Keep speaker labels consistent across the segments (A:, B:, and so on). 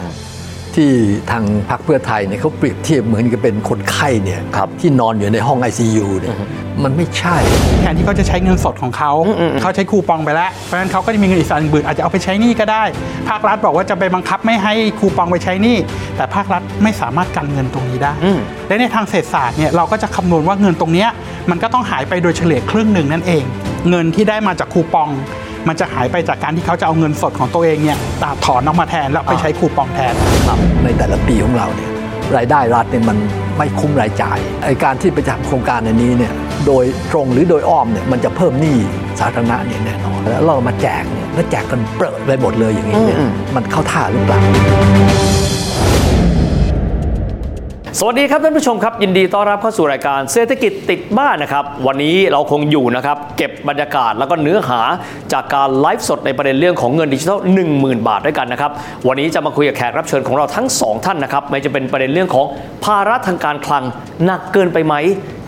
A: นะที่ทางพรรคเพื่อไทยเนี่ยเขาเปรียบเทียบเหมือนกับเป็นคนไข้เนี่ยที่นอนอยู่ในห้อง ICU เนี่ยมันไม่ใช่
B: แทนที่เขาจะใช้เงินสดของเขาเขาใช้คูปองไปแล้ว เพราะฉะนั้นเขาก็จะมีเงินอีกส่วนหนึ่งบืนอาจจะเอาไปใช้หนี้ก็ได้ ภาครัฐบอกว่าจะไปบังคับไม่ให้คูปองไปใช้หนี้ แต่ภาครัฐไม่สามารถกันเงินตรงนี้ได้ และในทางเศรษฐศาสตร์เนี่ยเราก็จะคำนวณว่าเงินตรงเนี้ยมันก็ต้องหายไปโดยเฉลี่ยครึ่งหนึ่งนั่นเอง เงินที่ได้มาจากคูปอง มันจะหายไปจากการที่เขาจะเอาเงินสดของตัวเองเนี่ยตัดถอนออกมาแทนแล้วไปใช้คูปองแทน
A: ในแต่ละปีของเราเนี่ยรายได้รัฐเนี่ยมันไม่คุ้มรายจ่ายไอการที่ไปทำโครงการอันนี้เนี่ยโดยตรงหรือโดยอ้อมเนี่ยมันจะเพิ่มหนี้สาธารณะเนี่ยแน่นอนแล้วเรามาแจกเนี่ยแล้วแจกกันเปิดไปหมดเลยอย่างนี้เนี่ยมันเข้าท่าหรือเปล่า
C: สวัสดีครับท่านผู้ชมครับ ยินดีต้อนรับเข้าสู่รายการเศรษฐกิจติดบ้านนะครับ วันนี้เราคงอยู่นะครับ เก็บบรรยากาศแล้วก็เนื้อหาจากการไลฟ์สดในประเด็นเรื่องของเงินดิจิทัล10,000 บาทด้วยกันนะครับ วันนี้จะมาคุยกับแขกรับเชิญของเราทั้ง 2 ท่านนะครับไม่จะเป็นประเด็นเรื่องของภาระทางการคลังหนักเกินไปไหม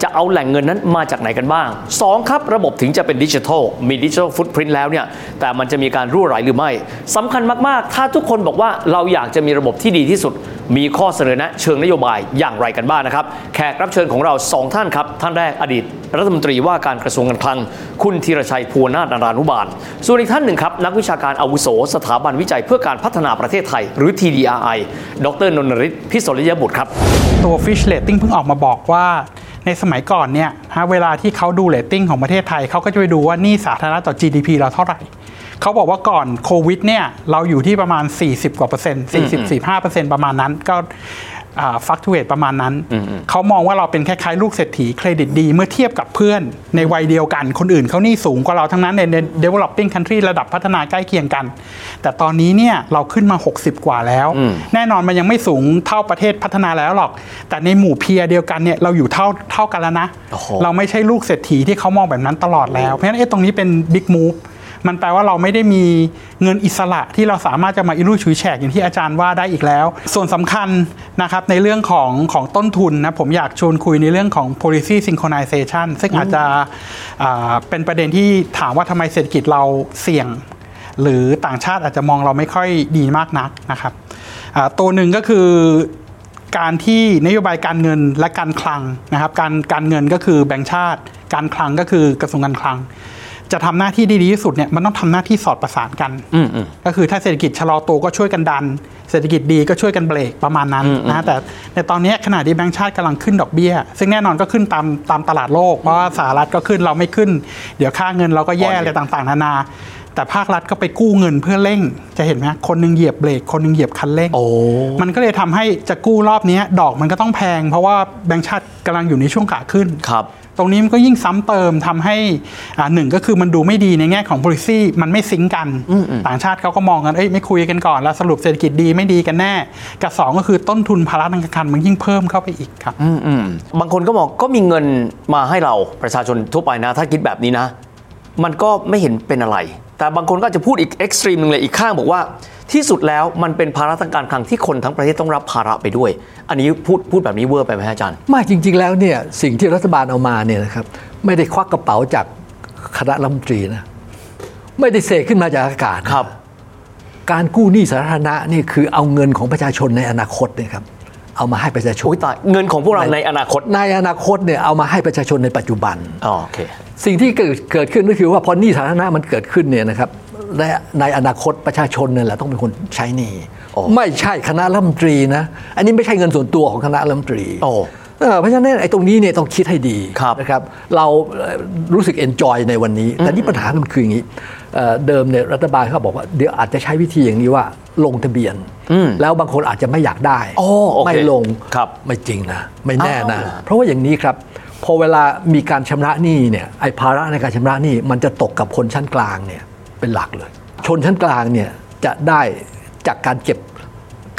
C: จะเอาแหล่งเงินนั้นมาจากไหนกันบ้าง 2 ครับ ระบบถึงจะเป็นดิจิทัลมีดิจิทัลฟุตพิ้นแล้วเนี่ยแต่มันจะมีการรั่วไหลหรือไม่สำคัญมาก ๆ ถ้าทุกคนบอกว่าเราอยากจะมีระบบที่ดีที่สุด มีข้อเสนอแนะเชิงนโยบายอย่างไรกันบ้างนะครับ แขกรับเชิญของเรา 2 ท่านครับ ท่านแรกอดีต รัฐมนตรีว่าการกระทรวงการคลัง คุณธีรชัยภูวนาถนารานุบาล ส่วนอีกท่านหนึ่งครับ นักวิชาการอาวุโส สถาบันวิจัยเพื่อการพัฒนาประเทศไทย หรือ TDRI ดรนนทริศพิศริยบุตรครับ
B: ตัว Fish Rating เพิ่งออกมาบอกว่าในสมัยก่อนเนี่ยฮะเวลาที่เขาดูเรตติ้งของประเทศไทย เขาก็จะไปดูว่าหนี้สาธารณะต่อ GDP เราเท่าไหร่ เขาบอกว่าก่อนโควิดเนี่ยเราอยู่ที่ประมาณ 40 กว่าเปอร์เซ็นต์40 45เปอร์เซ็นต์ประมาณนั้นก็ฟักทูเอตประมาณนั้น เขามองว่าเราเป็นคล้ายๆลูกเศรษฐีเครดิตดีเมื่อเทียบกับเพื่อนในวัยเดียวกันคนอื่นเขาหนี่สูงกว่าเราทั้งนั้นใน developing country ระดับพัฒนาใกล้เคียงกัน แต่ตอนนี้เนี่ยเราขึ้นมา 60 กว่าแล้ว แน่นอนมันยังไม่สูงเท่าประเทศพัฒนาแล้วหรอก แต่ในหมู่เพียเดียวกันเนี่ยเราอยู่เท่าเท่ากันแล้วนะ
C: โอ้โห
B: เราไม่ใช่ลูกเศรษฐีที่เขามองแบบนั้นตลอดแล้ว เพราะฉะนั้นไอ้ตรงนี้เป็นบิ๊กมูฟมันแปลว่าเราไม่ได้มีเงินอิสระที่เราสามารถจะมาอิรูฉุยแฉกอย่างที่อาจารย์ว่าได้อีกแล้ว ส่วนสำคัญนะครับในเรื่องของของต้นทุนนะผมอยากชวนคุยในเรื่องของ policy synchronization ซึ่งอาจจะอ่าเป็นประเด็นที่ถามว่าทำไมเศรษฐกิจเราเสี่ยง หรือต่างชาติอาจจะมองเราไม่ค่อยดีมากนักนะครับอ่าตัวหนึ่งก็คือ การที่นโยบายการเงินและการคลังนะครับการการเงินก็คือแบงก์ชาติ การคลังก็คือกระทรวงการคลัง จะทำหน้าที่ได้ดีที่สุดเนี่ยมันต้องทำหน้าที่สอดประสานกันก็คือถ้าเศรษฐกิจชะลอตัวก็ช่วยกันดัน เศรษฐกิจดีก็ช่วยกันเบรกประมาณนั้นนะฮะแต่ในตอนนี้ขณะที่แบงก์ชาติกำลังขึ้นดอกเบี้ย ซึ่งแน่นอนก็ขึ้นตามตามตลาดโลกเพราะว่าสหรัฐก็ขึ้นเราไม่ขึ้น เดี๋ยวค่าเงินเราก็แย่อะไรต่างๆ นานา แต่ภาครัฐก็ไปกู้เงินเพื่อเร่ง จะเห็นไหมฮะคนหนึ่งเหยียบเบรกคนหนึ่งเหยียบคันเร่ง มันก็เลยทำให้จะกู้รอบเนี้ยดอกมันก็ต้องแพง เพราะว่าแบงก์ชาติกำลังอยู่ในช่วงขาขึ้น
C: ครับ
B: ตรงนี้มันก็ยิ่งซ้ำเติมทำให้อ่าหนึ่งก็คือมันดูไม่ดีในแง่ของ policy มันไม่ซิงก์กัน ต่างชาติเขาก็มองกันเอ้ยไม่คุยกันก่อน แล้วสรุปเศรษฐกิจดีไม่ดีกันแน่ กับสองก็คือต้นทุนภาระทางการคลังมันยิ่งเพิ่มเข้าไปอีกครับ
C: บางคนก็มองก็มีเงินมาให้เราประชาชนทั่วไปนะ ถ้าคิดแบบนี้นะ มันก็ไม่เห็นเป็นอะไร แต่บางคนก็อาจจะพูดอีกเอ็กซ์ตรีมหนึ่งเลยอีกข้างบอกว่า ที่สุดแล้วมันเป็นภาระทางการคลังที่คนทั้งประเทศต้องรับภาระไปด้วย อันนี้พูดพูดแบบนี้เวอร์ไปไหมฮะอาจารย์
A: ไมาจริง ๆ แล้วเนี่ยสิ่งที่รัฐบาลเอามาเนี่ยนะครับไม่ได้ควักกระเป๋าจากคณะรัฐมนตรีนะไม่ได้เสกขึ้นมาจากอากาศนะครับ การกู้หนี้สาธารณะนี่คือเอาเงินของประชาชนในอนาคตเนี่ยครับเอามาให้ประชาชน
C: โอ้ยตายเงินของพวกเราในอนาคต
A: ในอนาคตเนี่ยเอามาให้ประชาชนในปัจจุบัน
C: อ๋อโอเค
A: สิ่งที่เกิดเกิดขึ้นก็คือว่าพอหนี้สาธารณะมันเกิดขึ้นเนี่ยนะครับและในอนาคตประชาชนเนี่ยแหละต้องเป็นคนใช้หนี้
C: โอ้
A: ไม่ใช่คณะรัฐมนตรีนะอันนี้ไม่ใช่เงินส่วนตัวของคณะรัฐมนตรี
C: โอ้
A: เออเพราะฉะนั้นไอ้ตรงนี้เนี่ยต้องคิดให้ดี
C: ครับ
A: นะครับเราเอ่อรู้สึกเอนจอยในวันนี้ แต่นี่ปัญหามันคืออย่างนี้เอ่อเดิมเนี่ยรัฐบาลเขาบอกว่าเดี๋ยวอาจจะใช้วิธีอย่างนี้ว่าลงทะเบียน แล้วบางคนอาจจะไม่อยากได้
C: โอ้โอเค
A: ไม่ลง
C: ครับ
A: ไม่จริงนะไม่แน่นะ
C: อ้าว
A: เพราะว่าอย่างนี้ครับ พอเวลามีการชำระหนี้เนี่ยไอ้ภาระในการชำระหนี้มันจะตกกับคนชั้นกลางเนี่ยเป็นหลักเลย ชนชั้นกลางเนี่ยจะได้จากการเก็บ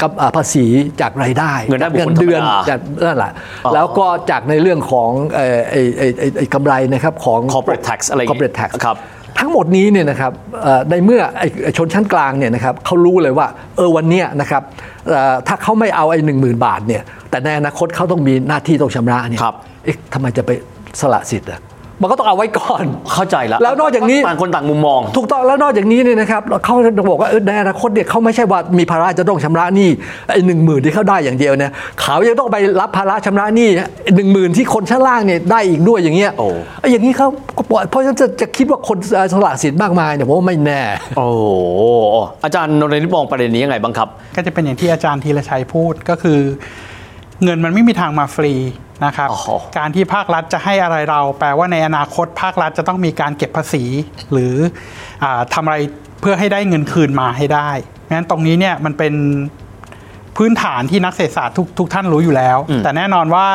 A: กับอ่าภาษีจากรายได้
C: เงินได้บุคค
A: จาก
C: ล
A: เดืน
C: ธรรมดา
A: จากนั่นแหละ
C: อ๋อ
A: แล้วก็จากในเรื่องของเอ่อไอ้ไอ้ไอ้ไอ้กำไรนะครับของ
C: Corporate tax อะไรอย่างงี้
A: corporate tax
C: ครับ
A: ทั้งหมดนี้เนี่ยนะครับเอ่อในเมื่อไอ้ไอ้ชนชั้นกลางเนี่ยนะครับเขารู้เลยว่าเออวันเนี้ยนะครับเอ่อถ้าเขาไม่เอาไอ้หนึ่งหมื่นบาทเนี่ยแต่ในอนาคตเขาต้องมีหน้าที่ต้องชำระเนี่ย
C: ครับ
A: เอ๊ะทำไมจะไปสละสิทธิ์อะมันก็ต้องเอาไว้ก่อน
C: เข้าใจแล้ว
A: แล้วนอกจากนี้
C: ต่างคนต่างมุมมอง
A: ถูกต้องแล้วนอกจากนี้เนี่ยนะครับเขาจะบอกว่าเออในอนาคตเนี่ยเขาไม่ใช่ว่ามีภาระจะต้องชำระหนี้ไอ้หนึ่งหมื่นที่เขาได้อย่างเดียวเนี่ยเขายังต้องไปรับภาระชำระหนี้หนึ่งหมื่นที่คนชั้นล่างเนี่ยได้อีกด้วยอย่างเงี้ย
C: โอ้
A: ไอ้อย่างนี้เขาก็ปล่อยเพราะฉะนั้นจะจะคิดว่าคนสละสิทธิ์มากมายเนี่ยผมว่าไม่แน่
C: โอ้โหอาจารย์นรินทร์มองประเด็นนี้ยังไงบ้างครับ
B: ก็จะเป็นอย่างที่อาจารย์ธีรชัยพูดก็คือ เงินมันไม่มีทางมาฟรีนะครับ
C: โอ้โห
B: การที่ภาครัฐจะให้อะไรเรา แปลว่าในอนาคตภาครัฐจะต้องมีการเก็บภาษี หรืออาทำอะไรเพื่อให้ได้เงินคืนมาให้ได้งั้นตรงนี้เนี่ยมันเป็นพื้นฐานที่นักเศรษฐศาสตร์ทุกทุกท่านรู้อยู่แล้ว แต่แน่นอนว่า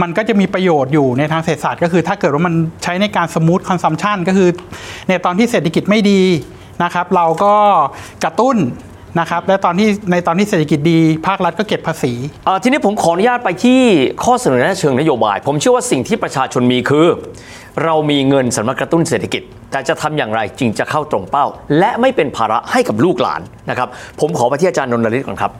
B: มันก็จะมีประโยชน์อยู่ในทางเศรษฐศาสตร์ก็คือถ้าเกิดว่ามันใช้ในการสมูทคอนซัมชันก็คือในตอนที่เศรษฐกิจไม่ดีนะครับ เราก็กระตุ้นนะครับและตอนที่ในตอนที่เศรษฐกิจดี ภาครัฐก็เก็บภาษี
C: อ่าทีนี้ผมขออนุญาตไปที่ข้อเสนอแนะเชิงนโยบาย ผมเชื่อว่าสิ่งที่ประชาชนมีคือ เรามีเงินสำหรับกระตุ้นเศรษฐกิจ แต่จะทำอย่างไรจึงจะเข้าตรงเป้า และไม่เป็นภาระให้กับลูกหลานนะครับผมขอไปที่อาจารย์นนทฤทธิ์ก่อนครับ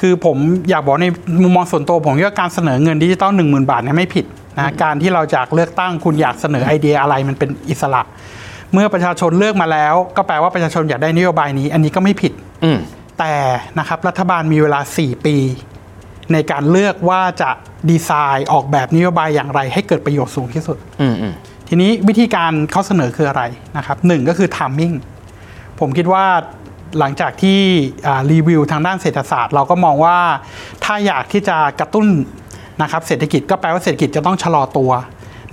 B: คือผมอยากบอกในมุมมองส่วนตัวผมคิดว่าการเสนอเงินดิจิตอล1 0,000 บาทเนี่ยไม่ผิดนะการที่เราจากเลือกตั้งคุณอยากเสนอไอเดียอะไรมันเป็นอิสระ เมื่อประชาชนเลือกมาแล้ว ก็แปลว่าประชาชนอยากได้นโยบายนี้ อันนี้ก็ไม่ผิด
C: อืม
B: แต่นะครับรัฐบาลมีเวลา 4 ปี ในการเลือกว่าจะดีไซน์ออกแบบนโยบายอย่างไรให้เกิดประโยชน์สูงที่สุด
C: อืมอืม
B: ทีนี้วิธีการเขาเสนอคืออะไรนะครับหนึ่งก็คือ timing ผมคิดว่าหลังจากที่อ่ารีวิวทางด้านเศรษฐศาสตร์ เราก็มองว่าถ้าอยากที่จะกระตุ้นนะครับเศรษฐกิจก็แปลว่าเศรษฐกิจจะต้องชะลอตัว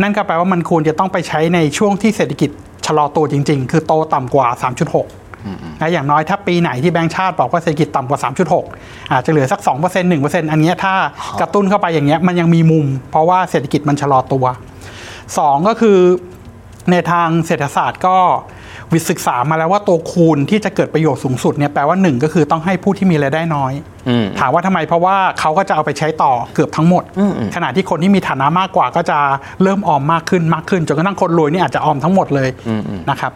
B: นั่นก็แปลว่ามันควรจะต้องไปใช้ในช่วงที่เศรษฐกิจชะลอตัวจริง ๆ คือโตต่ำกว่า 3.6นะอย่างน้อยถ้าปีไหนที่แบงก์ชาติบอกว่าเศรษฐกิจต่ำกว่า 3.6 อาจจะเหลือสัก 2% 1%อันเนี้ยถ้ากระตุ้นเข้าไปอย่างเงี้ยมันยังมีมุม เพราะว่าเศรษฐกิจมันชะลอตัว สองก็คือในทางเศรษฐศาสตร์ก็วิศึกษามาแล้วว่าตัวคูณที่จะเกิดประโยชน์สูงสุดเนี่ยแปลว่าหนึ่งก็คือต้องให้ผู้ที่มีรายได้น้อย
C: อืม
B: ถามว่าทำไมเพราะว่าเขาก็จะเอาไปใช้ต่อเกือบทั้งหมด ขณะที่คนที่มีฐานะมากกว่าก็จะเริ่มออมมากขึ้นมากขึ้นจนกระทั่งคนรวยเนี่ยอาจจะออมทั้งหมดเลยนะครับ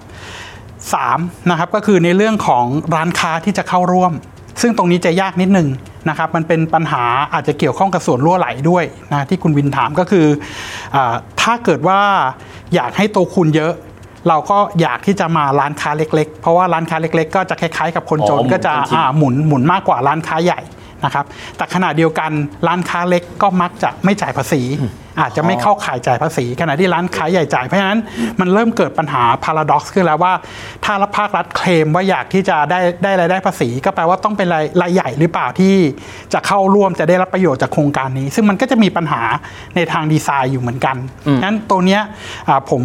B: สามนะครับก็คือในเรื่องของร้านค้าที่จะเข้าร่วม ซึ่งตรงนี้จะยากนิดหนึงนะครับมันเป็นปัญหาอาจจะเกี่ยวข้องกับส่วนรั่วไหลด้วยนะที่คุณวินถามก็คืออาถ้าเกิดว่าอยากให้โตคุณเยอะ เราก็อยากที่จะมาร้านค้าเล็ก ๆ เพราะว่าร้านค้าเล็ก ๆ ก็จะคล้ายๆ กับคนจน
C: อ๋อหมุน
B: ก็จะ
C: เป็นชิ้น
B: อ่าหมุนหมุนมากกว่าร้านค้าใหญ่นะครับแต่ขณะเดียวกันร้านค้าเล็กก็มักจะไม่จ่ายภาษี อาจจะไม่เข้าข่ายจ่ายภาษี ขณะที่ร้านค้าใหญ่จ่ายเพราะฉะนั้นมันเริ่มเกิดปัญหาพาราด็อกซ์ขึ้นแล้วว่า ถ้ารัฐภาครัฐเคลมว่าอยากที่จะได้ได้รายได้ภาษี ก็แปลว่าต้องเป็นรายรายใหญ่หรือเปล่าที่จะเข้าร่วมจะได้รับประโยชน์จากโครงการนี้ ซึ่งมันก็จะมีปัญหาในทางดีไซน์อยู่เหมือนกันนั้นตัวเนี้ยอ่าผม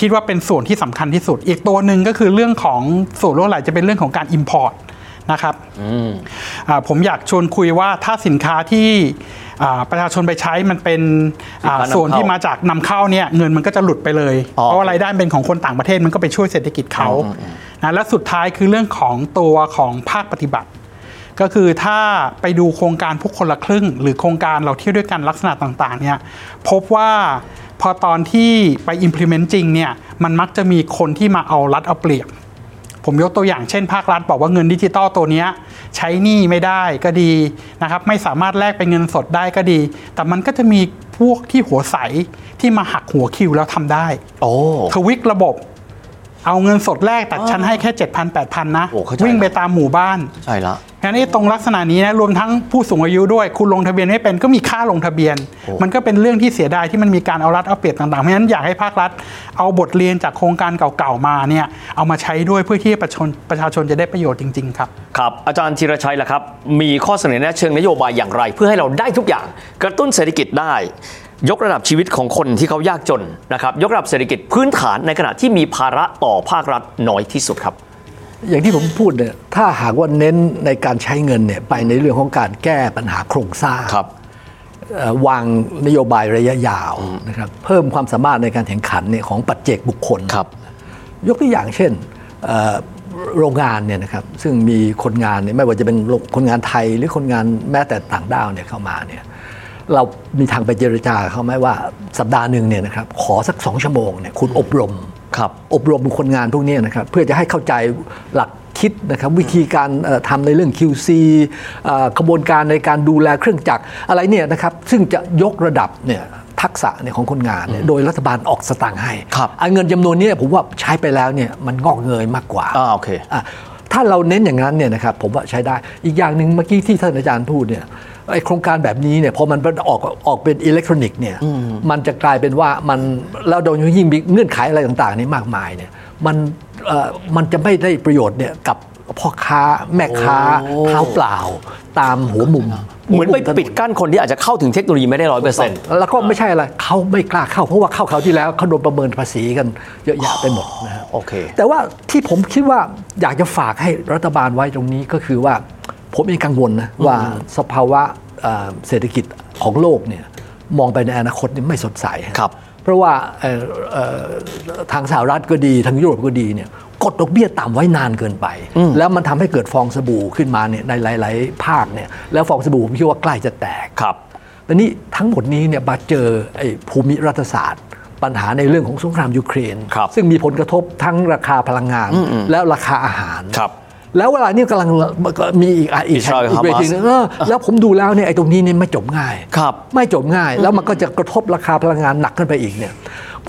B: คิดว่าเป็นส่วนที่สำคัญที่สุด อีกตัวหนึ่งก็คือเรื่องของส่วนลดหลายจะเป็นเรื่องของการ Import นะครับ อ่าผมอยากชวนคุยว่าถ้าสินค้าที่อ่าประชาชนไปใช้มันเป็นอ่า
C: สินค้านำเข้า
B: ส่วนที่มาจากนำเข้าเนี่ยเงินมันก็จะหลุดไปเลย
C: อ๋อ
B: เพราะว่ารายได้เป็นของคนต่างประเทศมันก็ไปช่วยเศรษฐกิจเขานะและสุดท้ายคือเรื่องของตัวของภาคปฏิบัติ ก็คือถ้าไปดูโครงการพวกคนละครึ่ง หรือโครงการเราเที่ยวด้วยกันลักษณะต่าง ๆ เนี่ยพบว่าพอตอนที่ไป implement จริงเนี่ยมันมักจะมีคนที่มาเอารัดเอาเปรียบ ผมยกตัวอย่างเช่น ภาครัฐบอกว่าเงินดิจิตอลตัวเนี้ยใช้หนี้ไม่ได้ก็ดีนะครับ ไม่สามารถแลกเป็นเงินสดได้ก็ดี แต่มันก็จะมีพวกที่หัวใสที่มาหักหัวคิวแล้วทำได้
C: โอ้
B: ทวิกระบบ เอาเงินสดแลกแต่ฉันให้แค่ 7 0 0 0 8 0 0 นะ
C: โอ้เข้าใจ
B: วิ่งไปตามหมู่บ้าน
C: ใช่ละ
B: งั้นไอ้ตรงลักษณะนี้นะรวมทั้งผู้สูงอายุด้วย คุณลงทะเบียนไม่เป็นก็มีค่าลงทะเบียน มันก็เป็นเรื่องที่เสียดายที่มันมีการเอารัดเอาเปรียบต่างๆเพราะฉะนั้นอยากให้ภาครัฐ เอาบทเรียนจากโครงการเก่าๆมาเนี่ยเอามาใช้ด้วยเพื่อที่ประชาชนประชาชนจะได้ประโยชน์จริงๆครับ
C: ครับอาจารย์ธีรชัยล่ะครับ มีข้อเสนอแนะเชิงนโยบายอย่างไร เพื่อให้เราได้ทุกอย่างกระตุ้นเศรษฐกิจได้ ยกระดับชีวิตของคนที่เขายากจนนะครับยกระดับเศรษฐกิจพื้นฐานในขณะที่มีภาระต่อภาครัฐน้อยที่สุดครับ
A: อย่างที่ผมพูดเนี่ยถ้าหากว่าเน้นในการใช้เงินเนี่ยไปในเรื่องของการแก้ปัญหาโครงสร้าง เอ่อวางนโยบายระยะยาวนะครับเพิ่มความสามารถในการแข่งขันเนี่ยของปัจเจกบุคคล
C: ครับ
A: ยกตัวอย่างเช่นเอ่อโรงงานเนี่ยนะครับซึ่งมีคนงานเนี่ยไม่ว่าจะเป็นคนงานไทยหรือคนงานแม้แต่ต่างด้าวเนี่ยเข้ามาเนี่ยเรามีทางไปเจรจาเขาไหมว่าสัปดาห์หนึ่งเนี่ยนะครับขอสักสองชั่วโมงเนี่ยคุณอบรม
C: ครับ
A: อบรมคนงานพวกนี้นะครับเพื่อจะให้เข้าใจหลักคิดนะครับวิธีการเอ่อทำในเรื่อง QC เอ่อกระบวนการในการดูแลเครื่องจักรอะไรเนี่ยนะครับซึ่งจะยกระดับเนี่ยทักษะเนี่ยของคนงานเนี่ยโดยรัฐบาลออกสตางค์ให้
C: ครับ
A: ไอ้เงินจำนวนเนี้ผมว่าใช้ไปแล้วเนี่ยมันงอกเงยมากกว่า
C: อ่าโอเค
A: ะถ้าเราเน้นอย่างนั้นเนี่ยนะครับผมว่าใช้ได้อีกอย่างหนึ่งเมื่อกี้ที่ท่านอาจารย์พูดเนี่ยไอโครงการแบบนี้เนี่ยพอมันออกออกเป็นอิเล็กทรอนิกส์เนี่ยมันจะกลายเป็นว่ามันแล้วโดยยิ่งมีเงื่อนไขอะไรต่างๆนี่มากมายเนี่ยมันเอ่อมันจะไม่ได้ประโยชน์เนี่ยกับพ่อค้าแม่ค้าเท้าเปล่าตามหัวมุม
C: เหมือนไป
A: ถ
C: ปิดกั้นคนที่อาจจะเข้าถึงเทคโนโลยีไม่ได้ร้อยเปอร์เซ็นต์
A: แล้วก็ไม่ใช่อะไรเขาไม่กล้าเข้าเพราะว่าเข้าเขาวที่แล้วเขาโดนประเมินภาษีกันเยอะแยะไปหมดนะฮะ
C: โอเค
A: แต่ว่าที่ผมคิดว่าอยากจะฝากให้รัฐบาลไว้ตรงนี้ก็คือว่า ผมเองกังวลนะว่าสภาวะเอ่อเศรษฐกิจของโลกเนี่ยมองไปในอนาคตนี่ไม่สดใสฮะ
C: ครับ
A: เพราะว่าเอ่อเอ่อทางสหรัฐก็ดีทางยุโรปก็ดีเนี่ยกดดอกเบี้ยต่ำไว้นานเกินไป แล้วมันทำให้เกิดฟองสบู่ขึ้นมาเนี่ยในหลาย ๆ ภาคเนี่ยแล้วฟองสบู่ผมคิดว่าใกล้จะแตก
C: ครับ
A: แต่นี่ทั้งหมดนี้เนี่ยมาเจอไอ้ภูมิรัฐศาสตร์ ปัญหาในเรื่องของสงครามยูเครน
C: ครับ
A: ซึ่งมีผลกระทบทั้งราคาพลังงานแล้วราคาอาหาร
C: ครับ
A: แล้วเวลานี้กำลังมีอีกอ่ะอีก
C: อิสราเอล
A: อีกเวทีหนึงเออแล้วผมดูแล้วเนี่ยไอ้ตรงนี้เนี่ยไม่จบง่าย
C: ครับ
A: ไม่จบง่ายแล้วมันก็จะกระทบราคาพลังงานหนักขึ้นไปอีกเนี่ย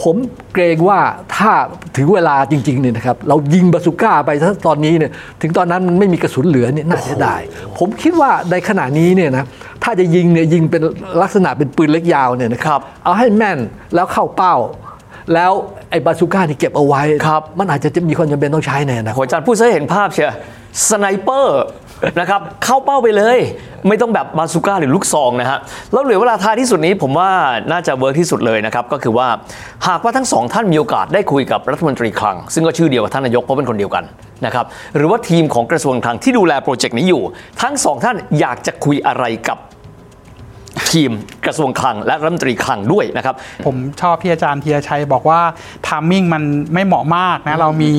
A: ผมเกรงว่าถ้าถึงเวลาจริงๆเนี่ยนะครับเรายิงบาซูก้าไปซะตอนนี้เนี่ยถึงตอนนั้นมันไม่มีกระสุนเหลือเนี่ยน่าเสียดายผมคิดว่าในขณะนี้เนี่ยนะถ้าจะยิงเนี่ยยิงเป็นลักษณะเป็นปืนเล็กยาวเนี่ยนะค
C: ครั
A: รับบ เอาให้แม่นแล้วเข้าเป้า แล้วไอ้บาซูก้าที่เก็บเอาไว้
C: ครับ
A: มันอาจจะมีความจำเป็นต้องใช้ในอนาคต
C: โหอาจารย์พูดซะให้เห็นภาพเชียวสไนเปอร์นะครับ เข้าเป้าไปเลย ไม่ต้องแบบบาซูก้าหรือลูกซองนะฮะแล้วเหลือเวลาท้ายที่สุดนี้ผมว่าน่าจะเวิร์กที่สุดเลยนะครับ ก็คือว่าหากว่าทั้งสองท่านมีโอกาสได้คุยกับรัฐมนตรีคลัง ซึ่งก็ชื่อเดียวกับท่านนายกเพราะเป็นคนเดียวกันนะครับหรือว่าทีมของกระทรวงคลังที่ดูแลโปรเจกต์นี้อยู่ ทั้งสองท่านอยากจะคุยอะไรกับทีมกระทรวงคลัง และรัฐมนตรีคลังด้วยนะครับ
B: ผมชอบที่อาจารย์ธีรชัยบอกว่าทามมิ่งมันไม่เหมาะมากนะ เรามี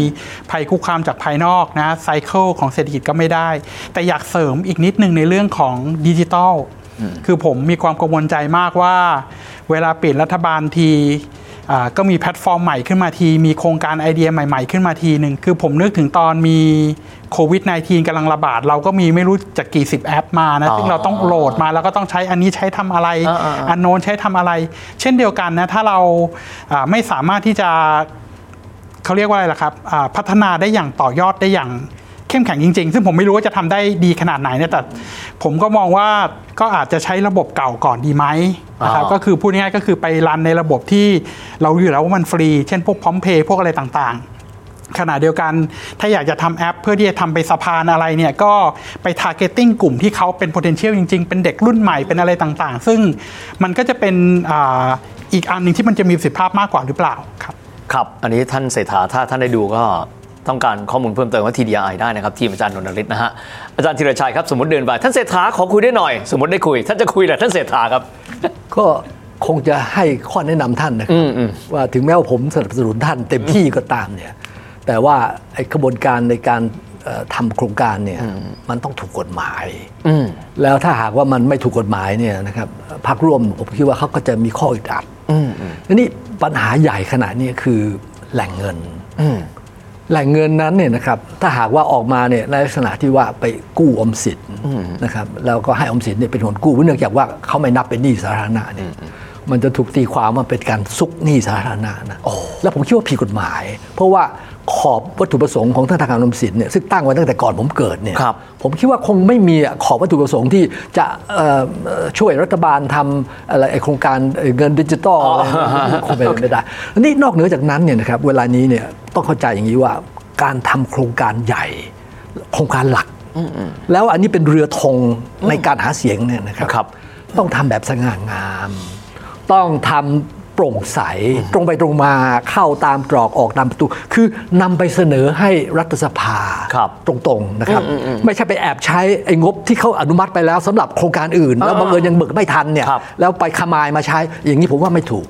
B: ภัยคุกคามจากภายนอกนะไซเคิลของเศรษฐกิจก็ไม่ได้ แต่อยากเสริมอีกนิดนึงในเรื่องของดิจิตอลคือผมมีความกังวลใจมากว่า เวลาเปลี่ยนรัฐบาลทีอ่าก็มีแพลตฟอร์มใหม่ขึ้นมาที มีโครงการไอเดียใหม่ๆขึ้นมาทีหนึ่งคือผมนึกถึงตอนมีโควิด -19 กำลังระบาด เราก็มีไม่รู้จากกี่สิบแอปมานะซึ่งเราต้องโหลดมาแล้วก็ต้องใช้อันนี้ใช้ทำอะไร
C: อ่าๆ
B: อันโน้นใช้ทำอะไร เช่นเดียวกันนะ ถ้าเราอ่าไม่สามารถที่จะเขาเรียกว่าอะไรล่ะครับอ่าพัฒนาได้อย่างต่อยอดได้อย่างเข้มแข็งจริง ๆ ซึ่งผมไม่รู้ว่าจะทำได้ดีขนาดไหนนะแต่ผมก็มองว่าก็อาจจะใช้ระบบเก่าก่อนดีไหมนะครับ
C: อ่า
B: ก็คือพูดง่ายๆก็คือไปรันในระบบที่เราอยู่แล้วว่ามันฟรี เช่นพวกพร้อมเพย์พวกอะไรต่างๆ ขณะเดียวกันถ้าอยากจะทำแอป เพื่อที่จะทำไปสะพานอะไรเนี่ยก็ไป targeting กลุ่มที่เขาเป็น potential จริง ๆ เป็นเด็กรุ่นใหม่เป็นอะไรต่างๆ ซึ่งมันก็จะเป็นอาอีกอันหนึ่งที่มันจะมีประสิทธิภาพมากกว่าหรือเปล่าครับ
C: ครับ อันนี้ท่านเศรษฐาถ้าท่านได้ดูก็ต้องการข้อมูลเพิ่มเติมว่า TDI ได้นะครับ ทีมอาจารย์นนทฤทธิ์นะฮะ อาจารย์ธีรชัยครับ สมมติเดินไปท่านเศรษฐาขอคุยด้วยหน่อย สมมติได้คุย ท่านจะคุยแหละท่านเศรษฐาครับ
A: ก็คงจะให้ข้อแนะนำท่านนะครับว่าถึงแม้ว่าผมสนับสนุนท่านเต็มที่ก็ตามเนี่ยแต่ว่าไอ้กระบวนการในการเอ่อทำโครงการเนี่ยมันต้องถูกกฎหมายแล้วถ้าหากว่ามันไม่ถูกกฎหมายเนี่ยนะครับพักร่วมผมคิดว่าเขาก็จะมีข้ออึดอัดทีนี้ปัญหาใหญ่ขนาดนี้คือแหล่งเงิน แหล่งเงินนั้นเนี่ยนะครับถ้าหากว่าออกมาเนี่ยในลักษณะที่ว่าไปกู้ออมสินนะครับแล้วก็ให้ออมสินเนี่ยเป็นคนกู้เนื่องจากว่าเขาไม่นับเป็นหนี้สาธารณะเนี่ยมันจะถูกตีความว่าเป็นการซุกหนี้สาธารณะนะแล้วผมคิดว่าผิดกฎหมาย เพราะว่าขอบวัตถุประสงค์ของธนาคารออมสินเนี่ยซึ่งตั้งไว้ตั้งแต่ก่อนผมเกิดเนี่ย
C: ครับ
A: ผมคิดว่าคงไม่มีขอบวัตถุประสงค์ที่จะเอ่อเอ่อช่วยรัฐบาลทำอะไรไอ้โครงการเอ่อเงินดิจิตอลอะไรเนี่ยคงเป็นไปไม่ได้อันนี้นอกเหนือจากนั้นเนี่ยนะครับเวลานี้เนี่ยต้องเข้าใจอย่างนี้ว่าการทำโครงการใหญ่ โครงการหลัก แล้วอันนี้เป็นเรือธงในการหาเสียงเนี่ยนะครับ
C: ครับ
A: ต้องทำแบบสง่างาม ต้องทำโปร่งใส ตรงไปตรงมาเข้าตามตรอกออกตามประตู คือนำไปเสนอให้รัฐสภา
C: ครับ
A: ตรงๆนะครับ ไม่ใช่ไปแอบใช้ไอ้งบที่เขาอนุมัติไปแล้วสำหรับโครงการอื่น แล้วบังเอิญยังเบิกไม่ทันเนี่ย
C: ครับ
A: แล้วไปขมายมาใช้ อย่างนี้ผมว่าไม่ถูก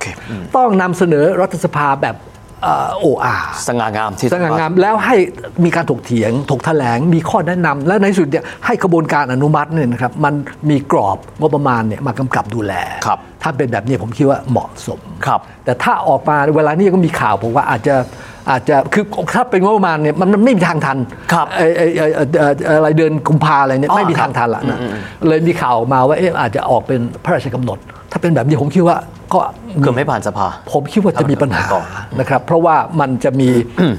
A: ต้องนำเสนอรัฐสภาแบบเอ่อโออา
C: สง่างามที่
A: สง่างามแล้วให้มีการถกเถียง ถกแถลง มีข้อแนะนำและในสุดเนี่ยให้กระบวนการอนุมัติเนี่ยนะครับมันมีกรอบงบประมาณเนี่ยมากำกับดูแล
C: ครับ
A: ถ้าเป็นแบบนี้ผมคิดว่าเหมาะสม
C: ครับ
A: แต่ถ้าออกมาเวลานี้ก็มีข่าวผมว่าอาจจะ อาจจะคือถ้าเป็นงบประมาณเนี่ยมันมันไม่มีทางทัน
C: ครับ
A: ไอ้ไอ้ไอ้ไอ้ไอ้ไอ้อะไรเดือนกุมภาอะไรเนี่ย
C: อ๋อ
A: ไม่มี
C: ครับ
A: ทางทันละนะเลยมีข่าวออกมาว่าเอ๊ะอาจจะออกเป็นพระราชกำหนด ถ้าเป็นแบบนี้ผมคิดว่าก็
C: เกือบไม่ผ่านสภา
A: ผมคิดว่าจะมีปัญหา
C: ต่อ
A: นะครับ เพราะว่ามันจะมี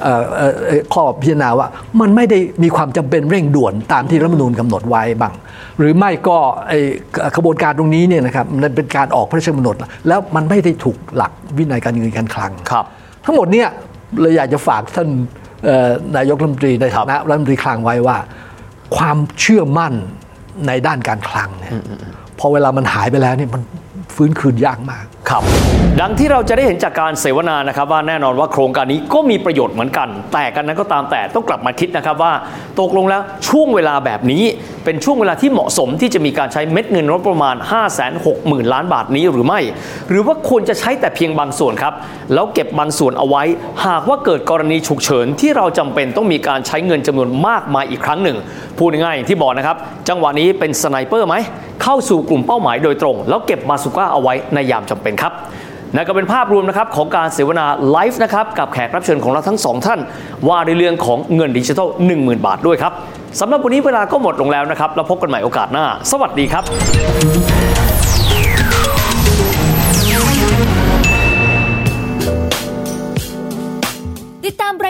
A: เอ่อเอ่อเอ่อข้อพิจารณาว่ามันไม่ได้มีความจำเป็นเร่งด่วนตามที่รัฐธรรมนูญกำหนดไว้บ้าง หรือไม่ก็ไอ้กระบวนการตรงนี้เนี่ยนะครับมันเป็นการออกพระราชกำหนด แล้วมันไม่ได้ถูกหลักวินัยการเงินการคลัง
C: ครับ
A: ทั้งหมดเนี่ยเลยอยากจะฝากท่านเอ่อนายกรัฐมนตรีใน
C: ครั
A: ฐา
C: บ
A: นะรัฐมนตรีคลังไว้ว่า ความเชื่อมั่นในด้านการคลังเนี่ยพอเวลามันหายไปแล้วเนี่ยมันฟื้นคืนยากมาก
C: ครับดังที่เราจะได้เห็นจากการเสวนานะครับว่าแน่นอนว่าโครงการนี้ก็มีประโยชน์เหมือนกัน แต่กันนั้นก็ตามแต่ต้องกลับมาคิดนะครับว่าตกลงแล้วช่วงเวลาแบบนี้ เป็นช่วงเวลาที่เหมาะสมที่จะมีการใช้เม็ดเงินงบประมาณ 5 6 0 0 0 0 ล้านบาทนี้หรือไม่ หรือว่าควรจะใช้แต่เพียงบางส่วนครับ แล้วเก็บบางส่วนเอาไว้ หากว่าเกิดกรณีฉุกเฉินที่เราจำเป็นต้องมีการใช้เงินจำนวนมากมายอีกครั้งหนึ่งพูดง่ายๆอย่างที่บอกนะครับจังหวะนี้เป็นสไนเปอร์ไหม เข้าสู่กลุ่มเป้าหมายโดยตรง แล้วเก็บมาสุก้าเอาไว้ในยามจำเป็นครับนั่นก็เป็นภาพรวมนะครับของการเสวนาไลฟ์นะครับกับแขกรับเชิญของเราทั้งสองท่าน ว่าในเรื่องของเงินดิจิทัล10,000 บาทด้วยครับสำหรับวันนี้เวลาก็หมดลงแล้วนะครับแล้วพบกันใหม่โอกาสหน้า สวัสดีครับ
D: ติดตามร